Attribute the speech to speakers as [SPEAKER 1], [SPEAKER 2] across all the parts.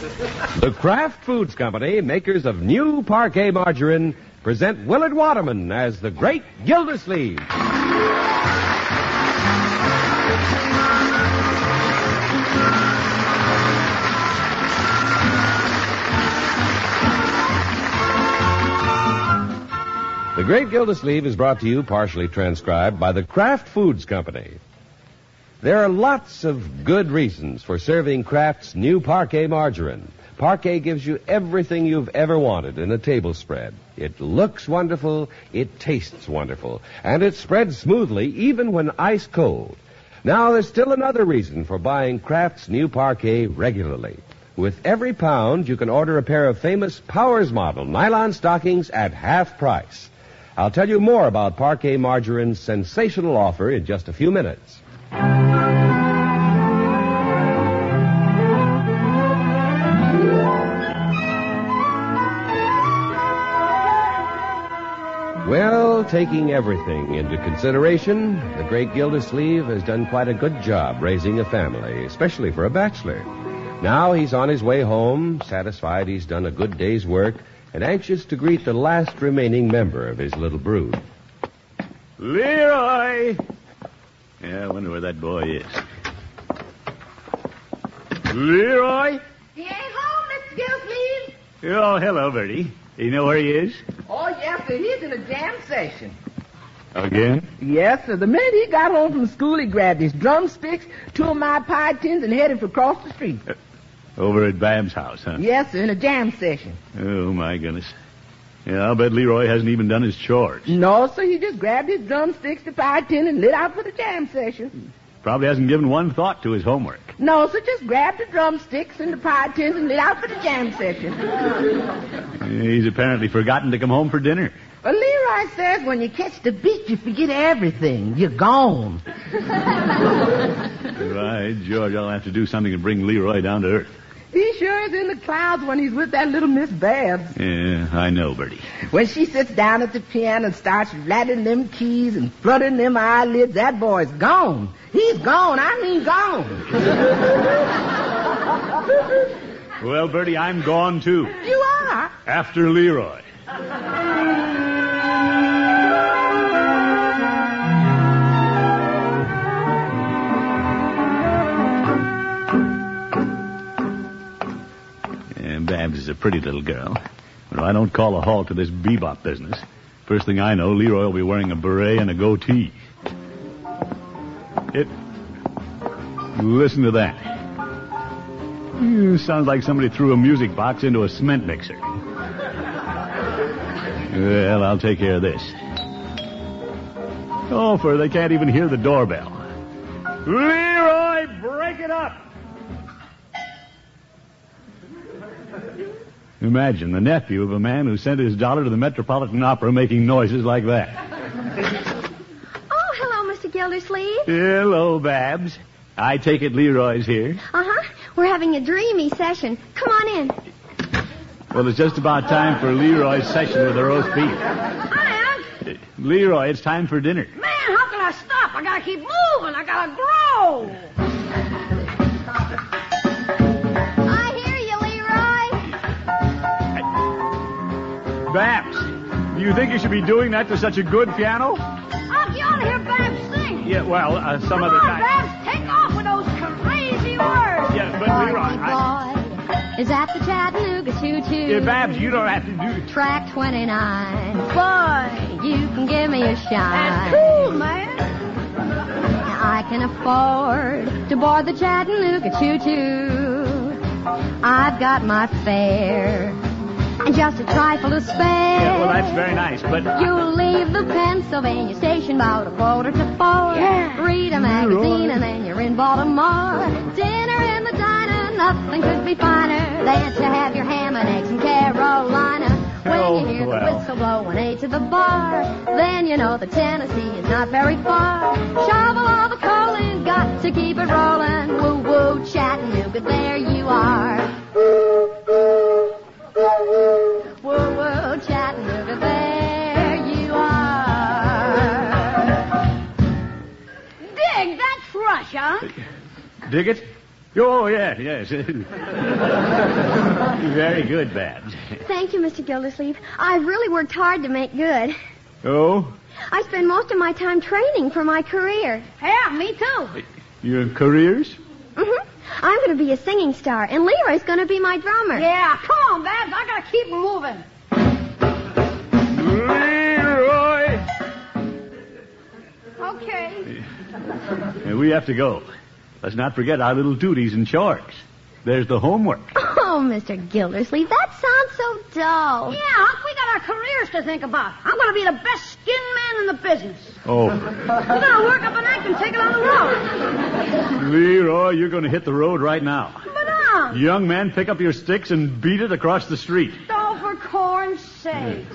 [SPEAKER 1] The Kraft Foods Company, makers of new parquet margarine, present Willard Waterman as the Great Gildersleeve. The Great Gildersleeve is brought to you, partially transcribed, by the Kraft Foods Company. There are lots of good reasons for serving Kraft's new parquet margarine. Parquet gives you everything you've ever wanted in a table spread. It looks wonderful, it tastes wonderful, and it spreads smoothly even when ice cold. Now there's still another reason for buying Kraft's new parquet regularly. With every pound, you can order a pair of famous Powers model nylon stockings at half price. I'll tell you more about parquet margarine's sensational offer in just a few minutes. Well, taking everything into consideration, the great Gildersleeve has done quite a good job raising a family, especially for a bachelor. Now he's on his way home, satisfied he's done a good day's work, and anxious to greet the last remaining member of his little brood.
[SPEAKER 2] Leroy! Yeah, I wonder where that boy is. Leroy?
[SPEAKER 3] He ain't home, Mr. Gilsleeve.
[SPEAKER 2] Oh, hello, Bertie. You know where he is?
[SPEAKER 3] Oh, yes, sir. He's in a jam session.
[SPEAKER 2] Again?
[SPEAKER 4] Yes, sir. The minute he got home from school, he grabbed his drumsticks, two of my pie tins, and headed for across the street.
[SPEAKER 2] Over at Bam's house, huh?
[SPEAKER 4] Yes, sir, in a jam session.
[SPEAKER 2] Oh, my goodness. Yeah, I'll bet Leroy hasn't even done his chores.
[SPEAKER 4] No, sir, he just grabbed his drumsticks, the pie tin, and lit out for the jam session.
[SPEAKER 2] Probably hasn't given one thought to his homework.
[SPEAKER 4] No, sir, just grabbed the drumsticks and the pie tins and lit out for the jam session.
[SPEAKER 2] He's apparently forgotten to come home for dinner.
[SPEAKER 4] But Leroy says when you catch the beat, you forget everything. You're gone.
[SPEAKER 2] By George, I'll have to do something to bring Leroy down to earth.
[SPEAKER 4] He sure is in the clouds when he's with that little Miss Babs.
[SPEAKER 2] Yeah, I know, Bertie.
[SPEAKER 4] When she sits down at the piano and starts rattling them keys and fluttering them eyelids, that boy's gone. He's gone. I mean gone.
[SPEAKER 2] Well, Bertie, I'm gone too.
[SPEAKER 4] You are.
[SPEAKER 2] After Leroy. Yeah, Babs is a pretty little girl. But if I don't call a halt to this bebop business, first thing I know, Leroy will be wearing a beret and a goatee. It. Listen to that. Hmm, sounds like somebody threw a music box into a cement mixer. Well, I'll take care of this. Oh, for they can't even hear the doorbell. Leroy, break it up! Imagine the nephew of a man who sent his daughter to the Metropolitan Opera making noises like that.
[SPEAKER 5] Oh, hello, Mr. Gildersleeve.
[SPEAKER 2] Hello, Babs. I take it Leroy's here.
[SPEAKER 5] Uh huh. We're having a dreamy session. Come on in.
[SPEAKER 2] Well, it's just about time for Leroy's session with the roast beef.
[SPEAKER 6] Hi, Unc.
[SPEAKER 2] Leroy, it's time for dinner.
[SPEAKER 6] Man, how can I stop? I gotta keep moving. I gotta grow.
[SPEAKER 5] I hear you, Leroy.
[SPEAKER 2] Babs, do you think you should be doing that to such a good piano?
[SPEAKER 6] Unc, you ought to hear Babs sing.
[SPEAKER 2] Yeah, well, uh, some
[SPEAKER 6] Come
[SPEAKER 5] Oh,
[SPEAKER 2] other
[SPEAKER 6] on,
[SPEAKER 2] time.
[SPEAKER 6] Babs, take off with those crazy words.
[SPEAKER 2] Yeah, but Leroy, I,
[SPEAKER 5] Boy is at the Chattanooga Choo
[SPEAKER 2] yeah,
[SPEAKER 5] Choo.
[SPEAKER 2] Babs, you don't have to do.
[SPEAKER 5] Track 29.
[SPEAKER 6] Boy,
[SPEAKER 5] You can give me a
[SPEAKER 6] that's
[SPEAKER 5] shine.
[SPEAKER 6] cool, man.
[SPEAKER 5] I can afford to board the Chattanooga Choo Choo. I've got my fare and just a trifle to spare.
[SPEAKER 2] Yeah, well, that's very nice, but
[SPEAKER 5] You leave the Pennsylvania station about a quarter to four.
[SPEAKER 6] Yeah.
[SPEAKER 5] Read a magazine and then you're in Baltimore. Dinner in the diner, nothing could be finer than to have your ham and eggs in Carolina. When
[SPEAKER 2] Oh,
[SPEAKER 5] you hear
[SPEAKER 2] well.
[SPEAKER 5] the whistle blowing eight to the bar, then you know that Tennessee is not very far. Shovel all the coal and got to keep it rolling. Woo woo, Chattanooga, there you are. Woo woo, Chattanooga, there you are.
[SPEAKER 6] Dig that thrush, Unc.
[SPEAKER 2] dig it. Oh, yeah, yes. Very good, Babs.
[SPEAKER 5] Thank you, Mr. Gildersleeve. I've really worked hard to make good.
[SPEAKER 2] Oh?
[SPEAKER 5] I spend most of my time training for my career.
[SPEAKER 6] Yeah, me too.
[SPEAKER 2] Your careers?
[SPEAKER 5] hmm I'm going to be a singing star, and Leroy's going to be my drummer.
[SPEAKER 6] Yeah, come on, Babs. I gotta keep moving.
[SPEAKER 2] Leroy!
[SPEAKER 6] Okay.
[SPEAKER 2] And we have to go. Let's not forget our little duties and chores. There's the homework.
[SPEAKER 5] Oh, Mr. Gildersleeve, that sounds so dull.
[SPEAKER 6] Yeah, Unc, we got our careers to think about. I'm gonna be the best skin man in the business.
[SPEAKER 2] Over.
[SPEAKER 6] We're gonna work up an act and take it on the road.
[SPEAKER 2] Leroy, you're going to hit the road right now.
[SPEAKER 6] But um, Unc,
[SPEAKER 2] Young man, pick up your sticks and beat it across the street.
[SPEAKER 6] oh, for corn's sake.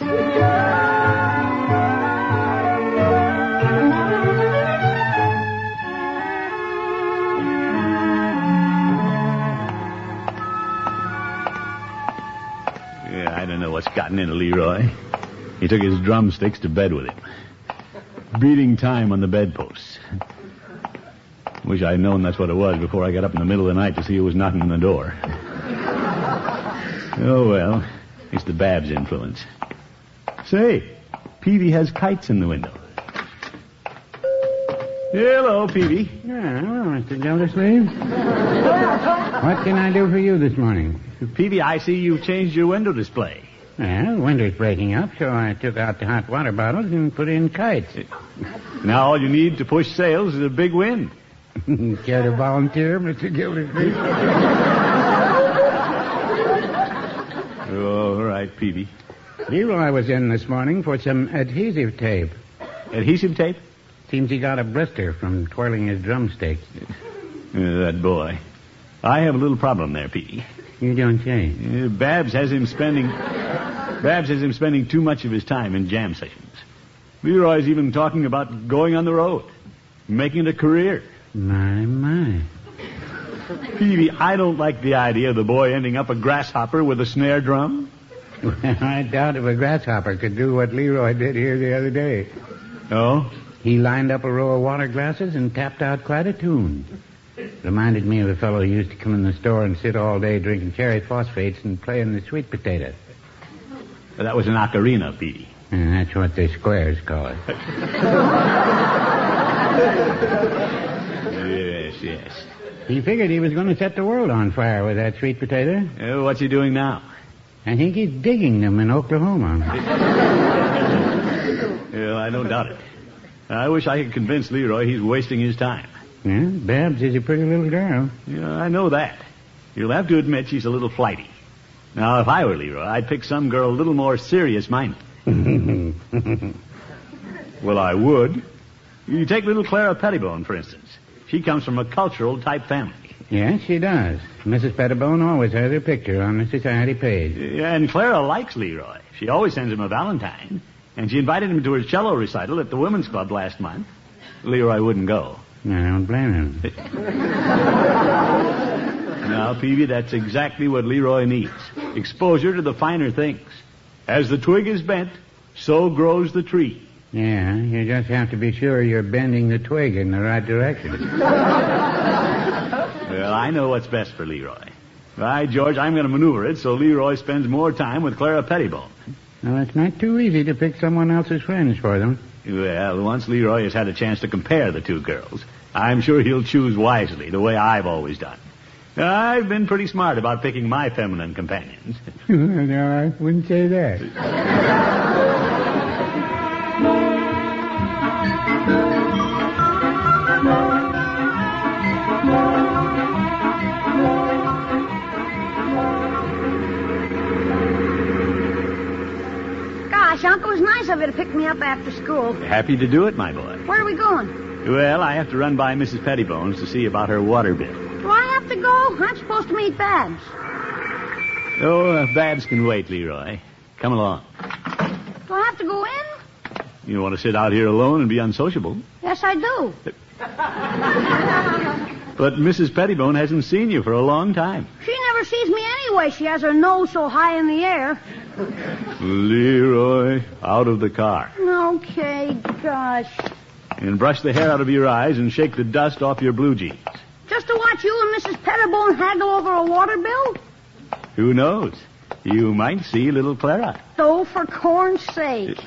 [SPEAKER 2] Yeah, I don't know what's gotten into Leroy. He took his drumsticks to bed with him, beating time on the bedposts. Wish I'd known that's what it was before I got up in the middle of the night to see who was knocking on the door. oh, well, it's the Babs influence. Say, Peavy has kites in the window. Hello, Peavy.
[SPEAKER 7] Yeah, hello, Mr. Gildersleeve. what can I do for you this morning?
[SPEAKER 2] Peavy, I see you've changed your window display.
[SPEAKER 7] Well, winter's breaking up, so I took out the hot water bottles and put in kites.
[SPEAKER 2] Now all you need to push sales is a big wind.
[SPEAKER 7] Care to volunteer, Mr. Gildersleeve?
[SPEAKER 2] Oh, all right, Peavy.
[SPEAKER 7] Leroy was in this morning for some adhesive tape.
[SPEAKER 2] Adhesive tape?
[SPEAKER 7] Seems he got a blister from twirling his drumsticks.
[SPEAKER 2] Uh, that boy. I have a little problem there, Petey.
[SPEAKER 7] You don't say.
[SPEAKER 2] Uh, Babs has him spending. Babs has him spending too much of his time in jam sessions. Leroy's even talking about going on the road, making it a career.
[SPEAKER 7] My, my.
[SPEAKER 2] Petey, I don't like the idea of the boy ending up a grasshopper with a snare drum.
[SPEAKER 7] Well, I doubt if a grasshopper could do what Leroy did here the other day.
[SPEAKER 2] Oh?
[SPEAKER 7] He lined up a row of water glasses and tapped out quite a tune. Reminded me of a fellow who used to come in the store and sit all day drinking cherry phosphates and playing the sweet potato.
[SPEAKER 2] That was an ocarina, Petey.
[SPEAKER 7] And that's what the squares call it.
[SPEAKER 2] Yes, yes.
[SPEAKER 7] He figured he was going to set the world on fire with that sweet potato.
[SPEAKER 2] Uh, what's he doing now?
[SPEAKER 7] I think he's digging them in Oklahoma.
[SPEAKER 2] Uh, I don't doubt it. I wish I could convince Leroy he's wasting his time.
[SPEAKER 7] Yeah, Babs is a pretty little girl.
[SPEAKER 2] Yeah, I know that. You'll have to admit she's a little flighty. Now, if I were Leroy, I'd pick some girl a little more serious minded. well, I would. You take little Clara Pettibone, for instance. She comes from a cultural type family.
[SPEAKER 7] Yes, she does. Mrs. Pettibone always has her picture on the society page.
[SPEAKER 2] And Clara likes Leroy. She always sends him a Valentine. And she invited him to her cello recital at the women's club last month. Leroy wouldn't go.
[SPEAKER 7] I don't blame him.
[SPEAKER 2] Now, Peavy, that's exactly what Leroy needs. Exposure to the finer things. As the twig is bent, so grows the tree.
[SPEAKER 7] Yeah, you just have to be sure you're bending the twig in the right direction.
[SPEAKER 2] Well, I know what's best for Leroy. By George, I'm going to maneuver it so Leroy spends more time with Clara Pettibone.
[SPEAKER 7] Now, it's not too easy to pick someone else's friends for them.
[SPEAKER 2] Well, once Leroy has had a chance to compare the two girls, I'm sure he'll choose wisely, the way I've always done. I've been pretty smart about picking my feminine companions.
[SPEAKER 7] no, I wouldn't say that.
[SPEAKER 6] Gosh, Unc, it was nice of you to pick me up after school.
[SPEAKER 2] Happy to do it, my boy.
[SPEAKER 6] Where are we going?
[SPEAKER 2] Well, I have to run by Mrs. Pettibones to see about her water bill.
[SPEAKER 6] Do I have to go? I'm supposed to meet Babs.
[SPEAKER 2] Oh, uh, Babs can wait, Leroy. Come along.
[SPEAKER 6] Do I have to go in?
[SPEAKER 2] You want to sit out here alone and be unsociable.
[SPEAKER 6] Yes, I do.
[SPEAKER 2] But Mrs. Pettibone hasn't seen you for a long time.
[SPEAKER 6] She never sees me anyway. She has her nose so high in the air.
[SPEAKER 2] Leroy, out of the car.
[SPEAKER 6] Okay, gosh.
[SPEAKER 2] And brush the hair out of your eyes and shake the dust off your blue jeans.
[SPEAKER 6] Just to watch you and Mrs. Pettibone haggle over a water bill?
[SPEAKER 2] Who knows? You might see little Clara.
[SPEAKER 6] Though, for corn's sake.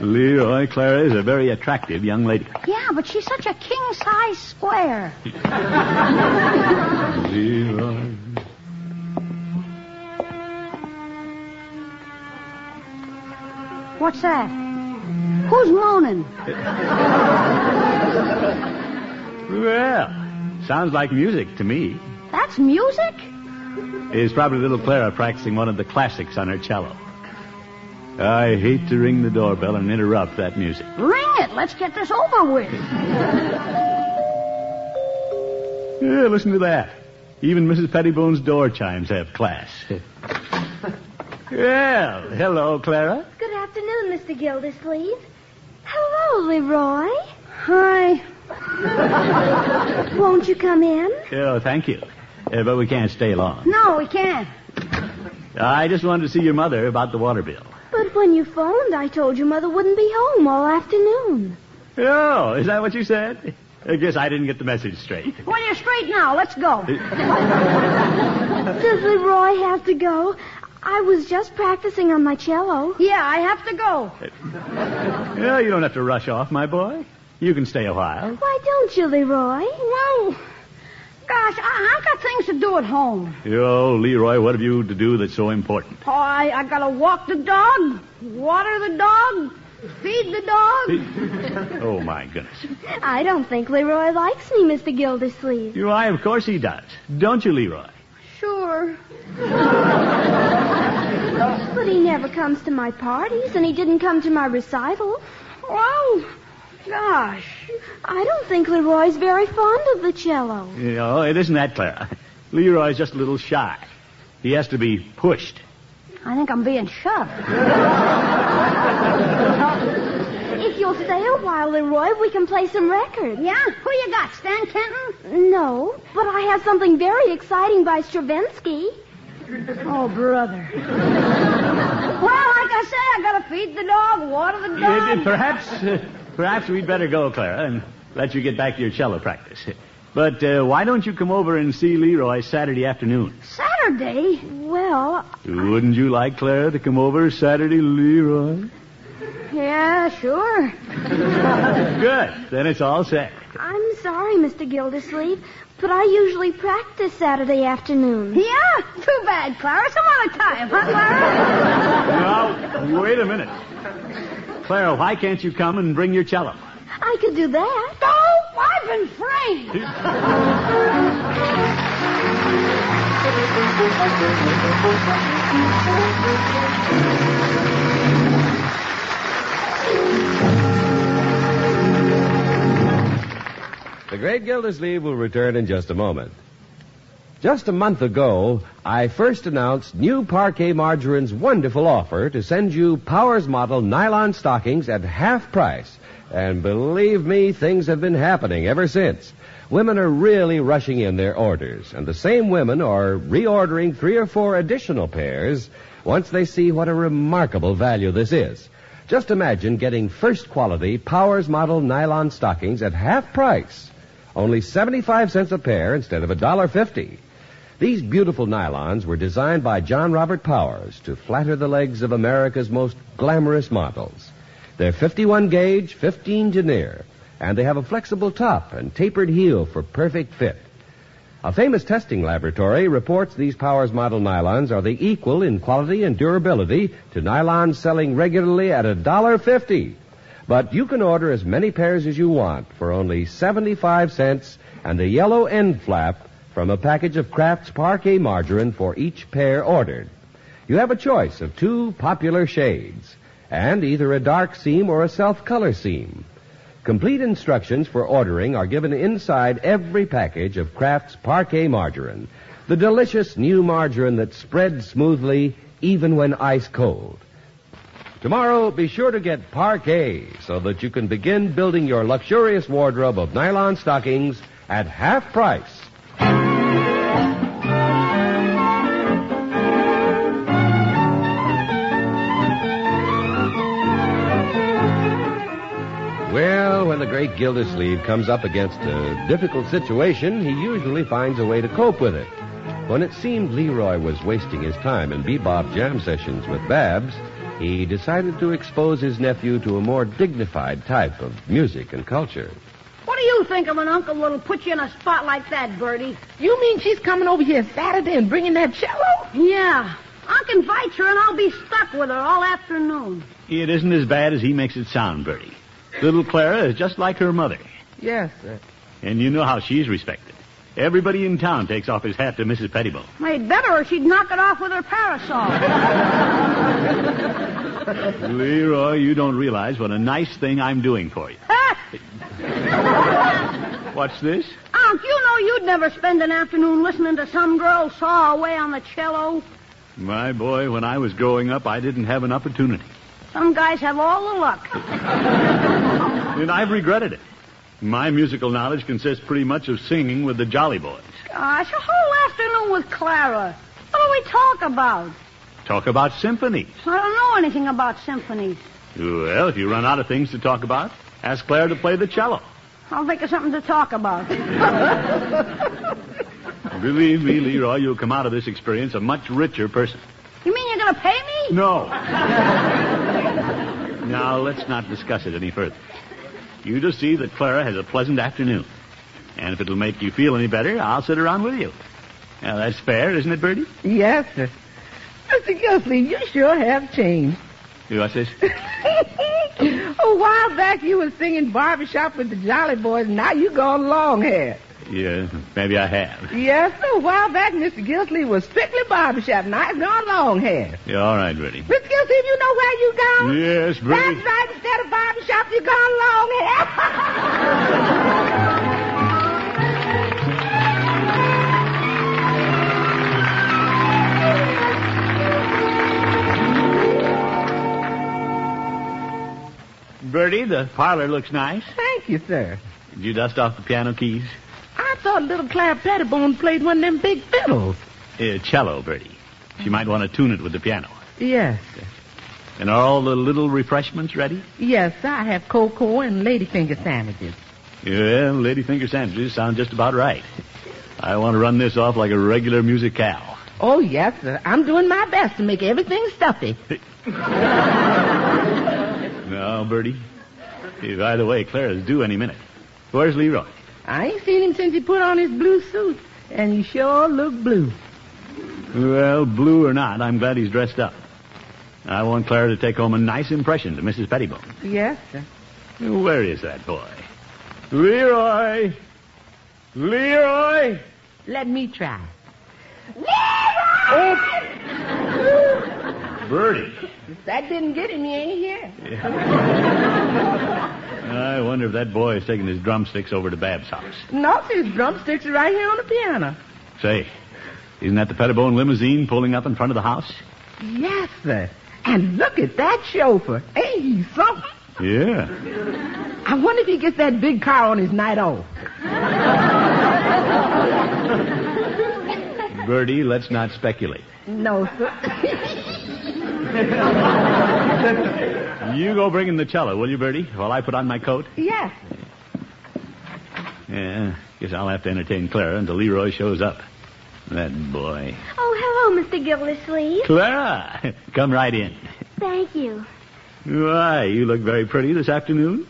[SPEAKER 2] Leroy, Clara is a very attractive young lady.
[SPEAKER 6] Yeah, but she's such a king-size square.
[SPEAKER 2] Leroy.
[SPEAKER 6] What's that? Who's moaning?
[SPEAKER 2] Well, sounds like music to me.
[SPEAKER 6] That's music?
[SPEAKER 2] It's probably little Clara practicing one of the classics on her cello. I hate to ring the doorbell and interrupt that music.
[SPEAKER 6] Ring it. Let's get this over with.
[SPEAKER 2] Yeah, listen to that. Even Mrs. Pettibone's door chimes have class. well, hello, Clara.
[SPEAKER 5] Good afternoon, Mr. Gildersleeve. Hello, Leroy.
[SPEAKER 6] Hi.
[SPEAKER 5] Won't you come in?
[SPEAKER 2] Oh, thank you. Uh, but we can't stay long.
[SPEAKER 6] No, we can't.
[SPEAKER 2] I just wanted to see your mother about the water bill.
[SPEAKER 5] But when you phoned, I told you Mother wouldn't be home all afternoon.
[SPEAKER 2] Oh, is that what you said? I guess I didn't get the message straight.
[SPEAKER 6] Well, you're straight now. Let's go.
[SPEAKER 5] Does Leroy have to go? I was just practicing on my cello.
[SPEAKER 6] Yeah, I have to go.
[SPEAKER 2] Oh, you don't have to rush off, my boy. You can stay a while.
[SPEAKER 5] Why don't you, Leroy?
[SPEAKER 6] Well, gosh, I, I've got things to do at home.
[SPEAKER 2] Oh, Leroy, what have you to do that's so important?
[SPEAKER 6] Oh, I, I've got to walk the dog, water the dog, feed the dog.
[SPEAKER 2] Oh, my goodness.
[SPEAKER 5] I don't think Leroy likes me, Mr. Gildersleeve.
[SPEAKER 2] You, I, of course he does. Don't you, Leroy?
[SPEAKER 5] Sure. but he never comes to my parties, and he didn't come to my recital. Oh,
[SPEAKER 6] Well, gosh.
[SPEAKER 5] I don't think Leroy's very fond of the cello.
[SPEAKER 2] You know, it isn't that, Clara. Leroy's just a little shy. He has to be pushed.
[SPEAKER 6] I think I'm being shoved.
[SPEAKER 5] If you'll stay a while, Leroy, we can play some records.
[SPEAKER 6] Yeah? Who you got, Stan Kenton?
[SPEAKER 5] No, but I have something very exciting by Stravinsky.
[SPEAKER 6] Oh, brother. well, like I said, I gotta feed the dog, water the
[SPEAKER 2] Uh,
[SPEAKER 6] dog.
[SPEAKER 2] uh, perhaps, uh, perhaps we'd better go, Clara, and let you get back to your cello practice. But uh, why don't you come over and see Leroy Saturday afternoon?
[SPEAKER 6] Saturday?
[SPEAKER 5] Well,
[SPEAKER 2] Wouldn't you like Clara to come over Saturday, Leroy?
[SPEAKER 6] Yeah, sure.
[SPEAKER 2] Good. Then it's all set.
[SPEAKER 5] I'm sorry, Mr. Gildersleeve, but I usually practice Saturday afternoon.
[SPEAKER 6] Yeah? Too bad, Clara. Some other time, huh, Clara?
[SPEAKER 2] Now, wait a minute. Clara, why can't you come and bring your cello?
[SPEAKER 5] I could do that.
[SPEAKER 6] oh, I've been framed.
[SPEAKER 1] The great Gildersleeve will return in just a moment. Just a month ago, I first announced new Parquet Margarine's wonderful offer to send you Powers model nylon stockings at half price. And believe me, things have been happening ever since. Women are really rushing in their orders, and the same women are reordering three or four additional pairs once they see what a remarkable value this is. Just imagine getting first quality Powers model nylon stockings at half price. Only 75 cents a pair instead of $1.50. These beautiful nylons were designed by John Robert Powers to flatter the legs of America's most glamorous models. They're 51 gauge, 15 denier, and they have a flexible top and tapered heel for perfect fit. A famous testing laboratory reports these Powers model nylons are the equal in quality and durability to nylons selling regularly at $1.50. But you can order as many pairs as you want for only 75 cents and a yellow end flap from a package of Kraft's Parquet Margarine for each pair ordered. You have a choice of two popular shades and either a dark seam or a self-color seam. Complete instructions for ordering are given inside every package of Kraft's Parquet Margarine, the delicious new margarine that spreads smoothly even when ice cold. Tomorrow, be sure to get Parquet so that you can begin building your luxurious wardrobe of nylon stockings at half price. Well, when the great great Gildersleeve comes up against a difficult situation, he usually finds a way to cope with it. When it seemed Leroy was wasting his time in bebop jam sessions with Babs, he decided to expose his nephew to a more dignified type of music and culture.
[SPEAKER 6] What do you think of an uncle that'll put you in a spot like that, Bertie?
[SPEAKER 4] You mean she's coming over here Saturday and bringing that cello?
[SPEAKER 6] Yeah. I'll invite her and I'll be stuck with her all afternoon.
[SPEAKER 2] It isn't as bad as he makes it sound, Bertie. Little Clara is just like her mother.
[SPEAKER 4] Yes, sir.
[SPEAKER 2] And you know how she's respected. Everybody in town takes off his hat to Mrs. Pettibone.
[SPEAKER 6] They'd better or she'd knock it off with her parasol.
[SPEAKER 2] Leroy, you don't realize what a nice thing I'm doing for you. What's this?
[SPEAKER 6] Unc, you know you'd never spend an afternoon listening to some girl saw away on the cello.
[SPEAKER 2] My boy, when I was growing up, I didn't have an opportunity.
[SPEAKER 6] Some guys have all the luck.
[SPEAKER 2] and I've regretted it. My musical knowledge consists pretty much of singing with the Jolly Boys.
[SPEAKER 6] Gosh, a whole afternoon with Clara. What do we talk about?
[SPEAKER 2] Talk about symphonies.
[SPEAKER 6] I don't know anything about symphonies.
[SPEAKER 2] Well, if you run out of things to talk about, ask Clara to play the cello.
[SPEAKER 6] I'll think of something to talk about.
[SPEAKER 2] Believe me, Leroy, you'll come out of this experience a much richer person.
[SPEAKER 6] You mean you're going to pay me?
[SPEAKER 2] No. now, let's not discuss it any further. You just see that Clara has a pleasant afternoon. And if it'll make you feel any better, I'll sit around with you. Now, that's fair, isn't it, Bertie?
[SPEAKER 4] Yes, sir. Mr. Gilsleeve, you sure have changed.
[SPEAKER 2] You watch this?
[SPEAKER 4] a while back you were singing barbershop with the Jolly Boys, and now you gone long hair.
[SPEAKER 2] Yeah, maybe I have.
[SPEAKER 4] Yes, sir. A while back, Mr. Gilsleeve was strictly barbershop, and I've gone long hair.
[SPEAKER 2] Yeah, all right, Bertie.
[SPEAKER 4] Mr. Gilsleeve, you know where you gone?
[SPEAKER 2] Yes, Bertie.
[SPEAKER 4] That's right. Instead of barbershop, you gone long hair.
[SPEAKER 2] Bertie, the parlor looks nice.
[SPEAKER 4] Thank you, sir.
[SPEAKER 2] Did you dust off the piano keys?
[SPEAKER 4] I thought little Clara Pettibone played one of them big fiddles.
[SPEAKER 2] Uh, cello, Bertie. She might want to tune it with the piano.
[SPEAKER 4] Yes, sir.
[SPEAKER 2] And are all the little refreshments ready?
[SPEAKER 4] Yes, sir. I have cocoa and ladyfinger sandwiches.
[SPEAKER 2] Yeah, ladyfinger sandwiches sound just about right. I want to run this off like a regular musicale.
[SPEAKER 4] Oh, yes, sir. I'm doing my best to make everything stuffy.
[SPEAKER 2] No, Bertie. Hey, by the way, Clara's due any minute. Where's Leroy?
[SPEAKER 4] I ain't seen him since he put on his blue suit, and he sure look blue.
[SPEAKER 2] Well, blue or not, I'm glad he's dressed up. I want Clara to take home a nice impression to Mrs. Pettibone.
[SPEAKER 4] Yes, sir.
[SPEAKER 2] Where is that boy? Leroy! Leroy!
[SPEAKER 4] Let me try.
[SPEAKER 3] Leroy!
[SPEAKER 2] Bertie.
[SPEAKER 4] If that didn't get him, he ain't here.
[SPEAKER 2] Yeah. I wonder if that boy is taking his drumsticks over to Bab's house.
[SPEAKER 4] No, sir, his drumsticks are right here on the piano.
[SPEAKER 2] Say, isn't that the Pettibone limousine pulling up in front of the house?
[SPEAKER 4] Yes, sir. And look at that chauffeur. Ain't he something?
[SPEAKER 2] Yeah.
[SPEAKER 4] I wonder if he gets that big car on his night off.
[SPEAKER 2] Bertie, let's not speculate.
[SPEAKER 4] No, sir.
[SPEAKER 2] you go bring in the cello, will you, Bertie? While I put on my coat.
[SPEAKER 4] Yes.
[SPEAKER 2] Yeah, guess I'll have to entertain Clara until Leroy shows up. That boy.
[SPEAKER 8] Oh, hello, Mr. Gildersleeve.
[SPEAKER 2] Clara, come right in.
[SPEAKER 8] Thank you.
[SPEAKER 2] Why, you look very pretty this afternoon.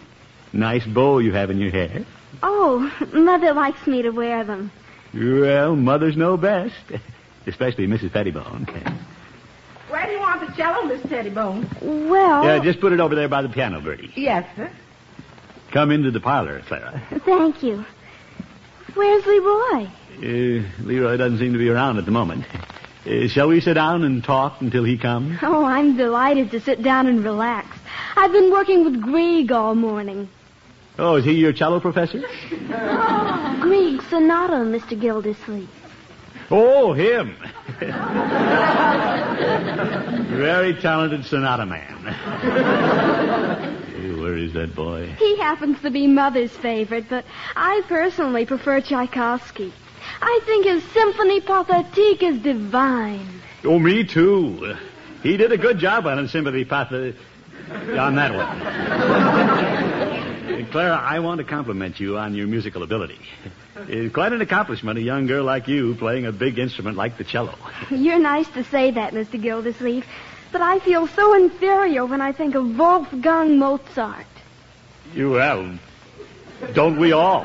[SPEAKER 2] Nice bow you have in your hair.
[SPEAKER 8] Oh, Mother likes me to wear them.
[SPEAKER 2] Well, mothers know best, especially Mrs. Pettibone.
[SPEAKER 4] Where do you want the cello, Miss Pettibone?
[SPEAKER 8] Well.
[SPEAKER 2] Yeah, just put it over there by the piano, Bertie.
[SPEAKER 4] Yes, sir.
[SPEAKER 2] Come into the parlor, Clara.
[SPEAKER 8] Thank you. Where's Leroy?
[SPEAKER 2] Uh, Leroy doesn't seem to be around at the moment. Uh, shall we sit down and talk until he comes?
[SPEAKER 8] Oh, I'm delighted to sit down and relax. I've been working with Grieg all morning.
[SPEAKER 2] Oh, is he your cello professor?
[SPEAKER 8] oh, Grieg Sonata, Mr. Gildersleeve.
[SPEAKER 2] Oh, him. Very talented sonata man. hey, where is that boy?
[SPEAKER 8] He happens to be Mother's favorite, but I personally prefer Tchaikovsky. I think his Symphonie Pathétique is divine.
[SPEAKER 2] Oh, me too. uh, He did a good job on Symphonie Pathétique. On that one. Uh, Clara, I want to compliment you on your musical ability. It's quite an accomplishment, a young girl like you playing a big instrument like the cello.
[SPEAKER 6] You're nice to say that, Mr. Gildersleeve, but I feel so inferior when I think of Wolfgang Mozart.
[SPEAKER 2] You well, don't we all?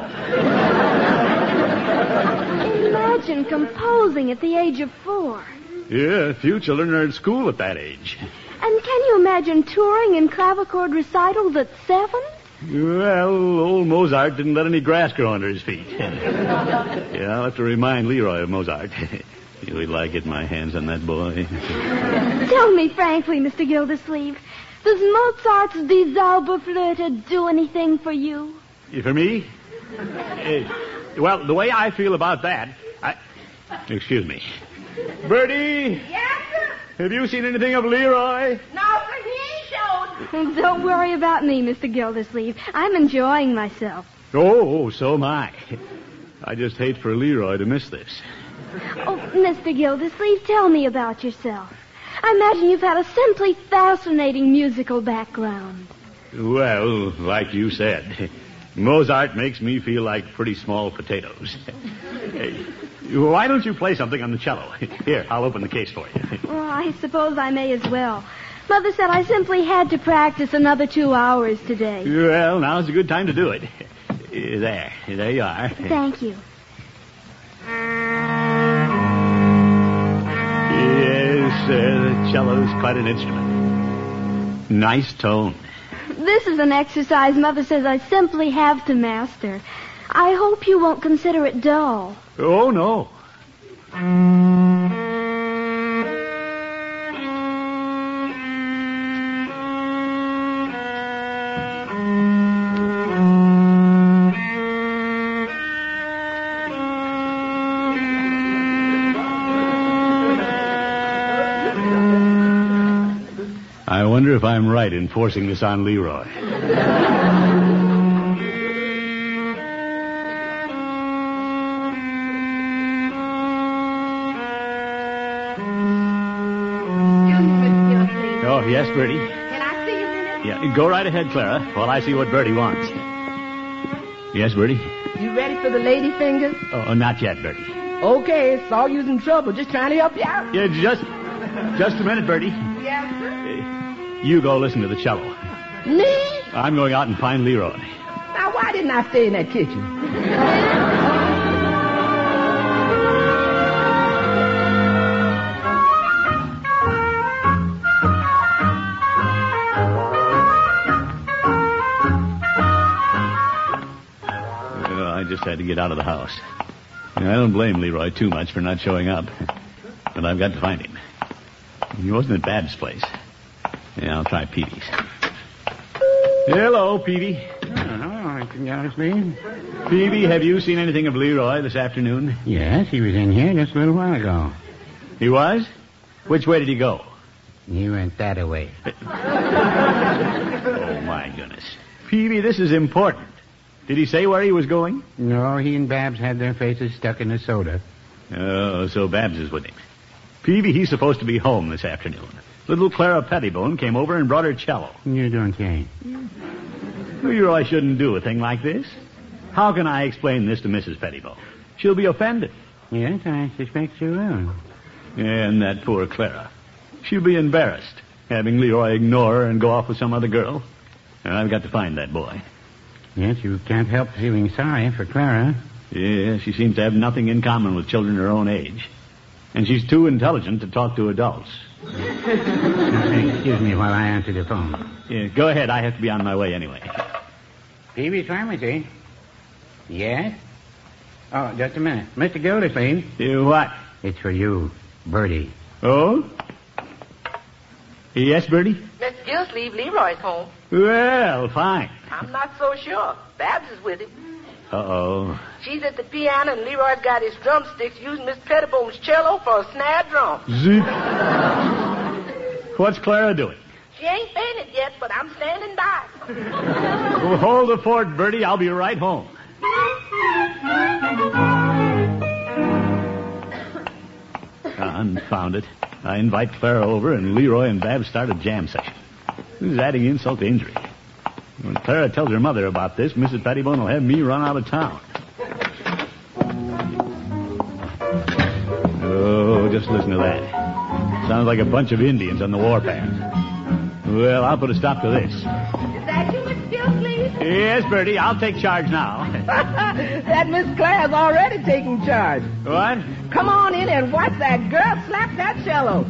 [SPEAKER 6] Imagine composing at the age of four.
[SPEAKER 2] Yeah, few children are at school at that age.
[SPEAKER 6] And can you imagine touring in clavichord recitals at seven?
[SPEAKER 2] Well, old Mozart didn't let any grass grow under his feet. yeah, I'll have to remind Leroy of Mozart. he would like it, my hands on that boy.
[SPEAKER 6] Tell me frankly, Mr. Gildersleeve, does Mozart's Die Zauberflöte do anything for you?
[SPEAKER 2] For me? Eh, well, the way I feel about that, I. Excuse me. Bertie,
[SPEAKER 4] Yes, sir.
[SPEAKER 2] have you seen anything of Leroy?
[SPEAKER 4] No, sir, he ain't showed.
[SPEAKER 6] Don't worry about me, Mr. Gildersleeve. I'm enjoying myself.
[SPEAKER 2] Oh, so am I. I just hate for Leroy to miss this.
[SPEAKER 6] Oh, Mr. Gildersleeve, tell me about yourself. I imagine you've had a simply fascinating musical background.
[SPEAKER 2] Well, like you said, Mozart makes me feel like pretty small potatoes. Hey, Why don't you play something on the cello? Here, I'll open the case for you.
[SPEAKER 6] Well, I suppose I may as well. Mother said I simply had to practice another two hours today.
[SPEAKER 2] Well, now's a good time to do it. There, there you are.
[SPEAKER 6] Thank you.
[SPEAKER 2] Yes, uh, the cello's quite an instrument. Nice tone.
[SPEAKER 6] This is an exercise Mother says I simply have to master. I hope you won't consider it dull.
[SPEAKER 2] Oh, no. I wonder if I'm right in forcing this on Leroy.
[SPEAKER 4] Excuse me, Mr. Gildersleeve.
[SPEAKER 2] Oh, yes, Bertie.
[SPEAKER 4] Can I see you minute?
[SPEAKER 2] Yeah, go right ahead, Clara, while I see what Bertie wants. Yes, Bertie?
[SPEAKER 9] You ready for the lady fingers?
[SPEAKER 2] Oh, not yet, Bertie.
[SPEAKER 9] Okay, saw you's in trouble. Just trying to help you out.
[SPEAKER 2] Yeah, just, just a minute, Bertie.
[SPEAKER 4] Yes, sir.
[SPEAKER 2] Uh, You go listen to the cello.
[SPEAKER 9] Me?
[SPEAKER 2] I'm going out and find Leroy.
[SPEAKER 9] Now, why didn't I stay in that kitchen?
[SPEAKER 2] Oh, I just had to get out of the house. I don't blame Leroy too much for not showing up, but I've got to find him. He wasn't at Bab's place. Yeah, I'll try Petey's. Hello, Petey.
[SPEAKER 7] Oh, Gildersleeve?
[SPEAKER 2] Petey, have you seen anything of Leroy this afternoon?
[SPEAKER 7] Yes, he was in here just a little while ago.
[SPEAKER 2] He was? Which way did he go?
[SPEAKER 7] He went that away.
[SPEAKER 2] Oh, my goodness. Peavy, this is important. Did he say where he was going?
[SPEAKER 7] No, he and Babs had their faces stuck in the soda.
[SPEAKER 2] Oh, so Babs is with him. Peavy, he's supposed to be home this afternoon. Little Clara Pettibone came over and brought her cello.
[SPEAKER 7] You don't say.
[SPEAKER 2] Leroy shouldn't do a thing like this. How can I explain this to Mrs. Pettibone? She'll be offended.
[SPEAKER 7] Yes, I suspect you will.
[SPEAKER 2] And that poor Clara. She'll be embarrassed, having Leroy ignore her and go off with some other girl. And I've got to find that boy.
[SPEAKER 7] Yes, you can't help feeling sorry for Clara.
[SPEAKER 2] Yeah, she seems to have nothing in common with children her own age. And she's too intelligent to talk to adults.
[SPEAKER 7] Excuse me while I answer the phone.
[SPEAKER 2] Yeah, go ahead. I have to be on my way anyway.
[SPEAKER 7] Phoebe's pharmacy. Yes? Oh, just a minute. Mr. Gildersleeve.
[SPEAKER 2] You what?
[SPEAKER 7] It's for you, Bertie.
[SPEAKER 2] Oh? Yes, Bertie?
[SPEAKER 4] Mr. Gildersleeve, Leroy's home.
[SPEAKER 2] Well, fine.
[SPEAKER 4] I'm not so sure. Babs is with him.
[SPEAKER 2] Uh-oh.
[SPEAKER 4] She's at the piano, and Leroy's got his drumsticks using Miss Pettibone's cello for a snare drum.
[SPEAKER 2] Zip. What's Clara doing?
[SPEAKER 4] She ain't fainted yet, but I'm standing by.
[SPEAKER 2] Well, hold the fort, Bertie. I'll be right home. Confound it. I invite Clara over, and Leroy and Bab start a jam session. This is adding insult to injury. When Clara tells her mother about this, Mrs. Pettibone will have me run out of town. Oh, just listen to that. Sounds like a bunch of Indians on the warpath. Well, I'll put a stop to this.
[SPEAKER 3] Is that you, Miss Gilsleeve?
[SPEAKER 2] Yes, Bertie, I'll take charge now.
[SPEAKER 4] that Miss Claire's already taking charge.
[SPEAKER 2] What?
[SPEAKER 4] Come on in and watch that girl slap that cello.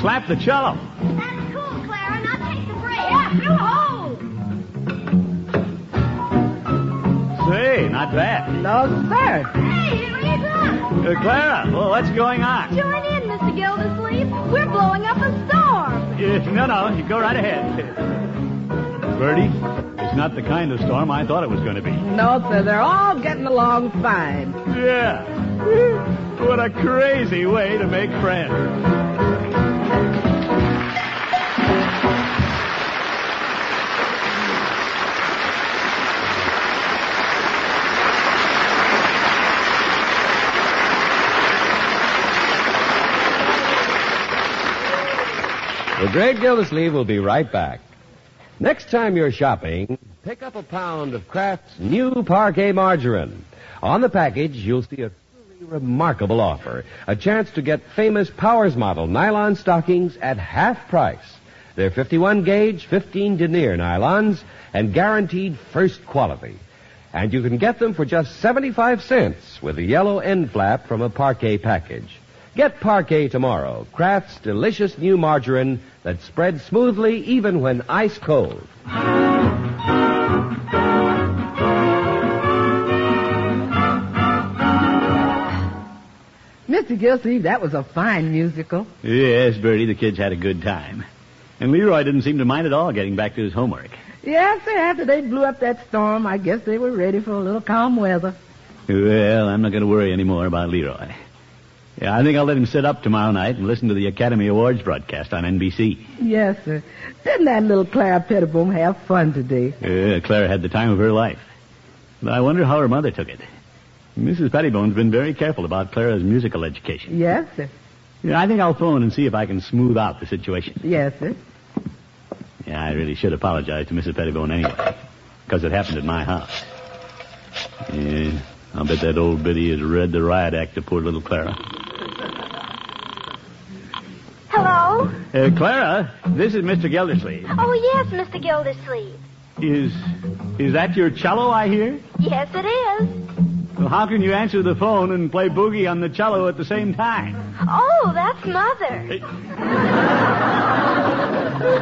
[SPEAKER 2] Slap the cello.
[SPEAKER 6] That's cool, Clara. Now take the break. Yeah, through hole.
[SPEAKER 2] Say, not bad.
[SPEAKER 4] No, sir.
[SPEAKER 6] Hey, here he comes.
[SPEAKER 2] Uh, Clara, well, what's going on?
[SPEAKER 6] Join in, Mr. Gildersleeve. We're blowing up a storm.
[SPEAKER 2] Uh, no, no, you go right ahead. Bertie, it's not the kind of storm I thought it was going to be.
[SPEAKER 4] No, sir. They're all getting along fine.
[SPEAKER 2] Yeah. What a crazy way to make friends.
[SPEAKER 1] The Great Gildersleeve will be right back. Next time you're shopping, pick up a pound of Kraft's new parquet margarine. On the package, you'll see a truly remarkable offer. A chance to get famous Powers model nylon stockings at half price. They're 51 gauge, 15 denier nylons, and guaranteed first quality. And you can get them for just 75 cents with a yellow end flap from a parquet package. Get Parquet tomorrow, Kraft's delicious new margarine that spreads smoothly even when ice cold.
[SPEAKER 4] Mr. Gilsleeve, that was a fine musical.
[SPEAKER 2] Yes, Bertie, the kids had a good time. And Leroy didn't seem to mind at all getting back to his homework.
[SPEAKER 4] Yes, sir. After they blew up that storm, I guess they were ready for a little calm weather.
[SPEAKER 2] Well, I'm not going to worry any more about Leroy. Yeah, I think I'll let him sit up tomorrow night and listen to the Academy Awards broadcast on NBC.
[SPEAKER 4] Yes, sir. Didn't that little Clara Pettibone have fun today?
[SPEAKER 2] Yeah, Clara had the time of her life. But I wonder how her mother took it. Mrs. Pettibone's been very careful about Clara's musical education.
[SPEAKER 4] Yes, sir.
[SPEAKER 2] Yeah, I think I'll phone and see if I can smooth out the situation.
[SPEAKER 4] Yes, sir.
[SPEAKER 2] Yeah, I really should apologize to Mrs. Pettibone anyway, because it happened at my house. Yeah, I'll bet that old biddy has read the riot act to poor little Clara.
[SPEAKER 6] Hello?
[SPEAKER 2] Uh, Clara, this is Mr. Gildersleeve.
[SPEAKER 6] Oh, yes, Mr. Gildersleeve.
[SPEAKER 2] Is is that your cello I hear?
[SPEAKER 6] Yes, it is.
[SPEAKER 2] Well, how can you answer the phone and play boogie on the cello at the same time?
[SPEAKER 6] Oh, that's Mother.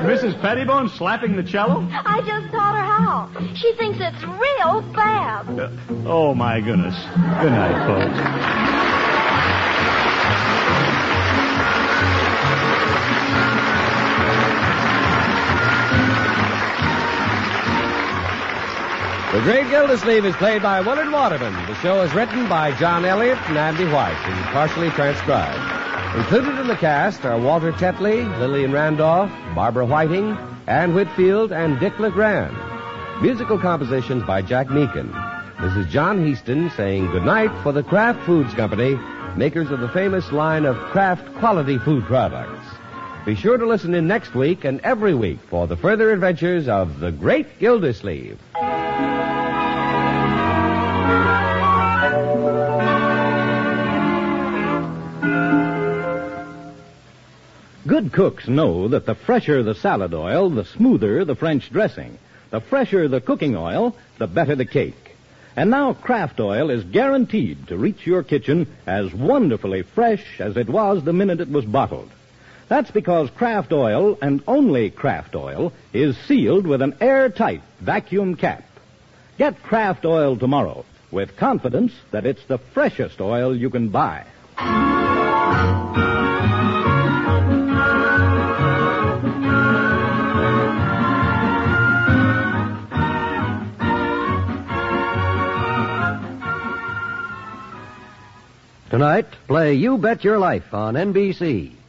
[SPEAKER 2] Mrs. Pettibone slapping the cello?
[SPEAKER 6] I just taught her how. She thinks it's real fab.
[SPEAKER 2] Uh, oh my goodness. Good night, folks.
[SPEAKER 1] The Great Gildersleeve is played by Willard Waterman. The show is written by John Elliott and Andy White and partially transcribed. Included in the cast are Walter Tetley, Lillian Randolph, Barbara Whiting, Ann Whitfield, and Dick LeGrand. Musical compositions by Jack Meakin. This is John Heaston saying goodnight for the Kraft Foods Company, makers of the famous line of Kraft quality food products. Be sure to listen in next week and every week for the further adventures of the Great Gildersleeve.
[SPEAKER 10] Good cooks know that the fresher the salad oil, the smoother the French dressing. The fresher the cooking oil, the better the cake. And now Kraft Oil is guaranteed to reach your kitchen as wonderfully fresh as it was the minute it was bottled. That's because Kraft Oil and only Kraft Oil is sealed with an airtight vacuum cap. Get Kraft Oil tomorrow with confidence that it's the freshest oil you can buy.
[SPEAKER 11] Tonight, play You Bet Your Life on NBC.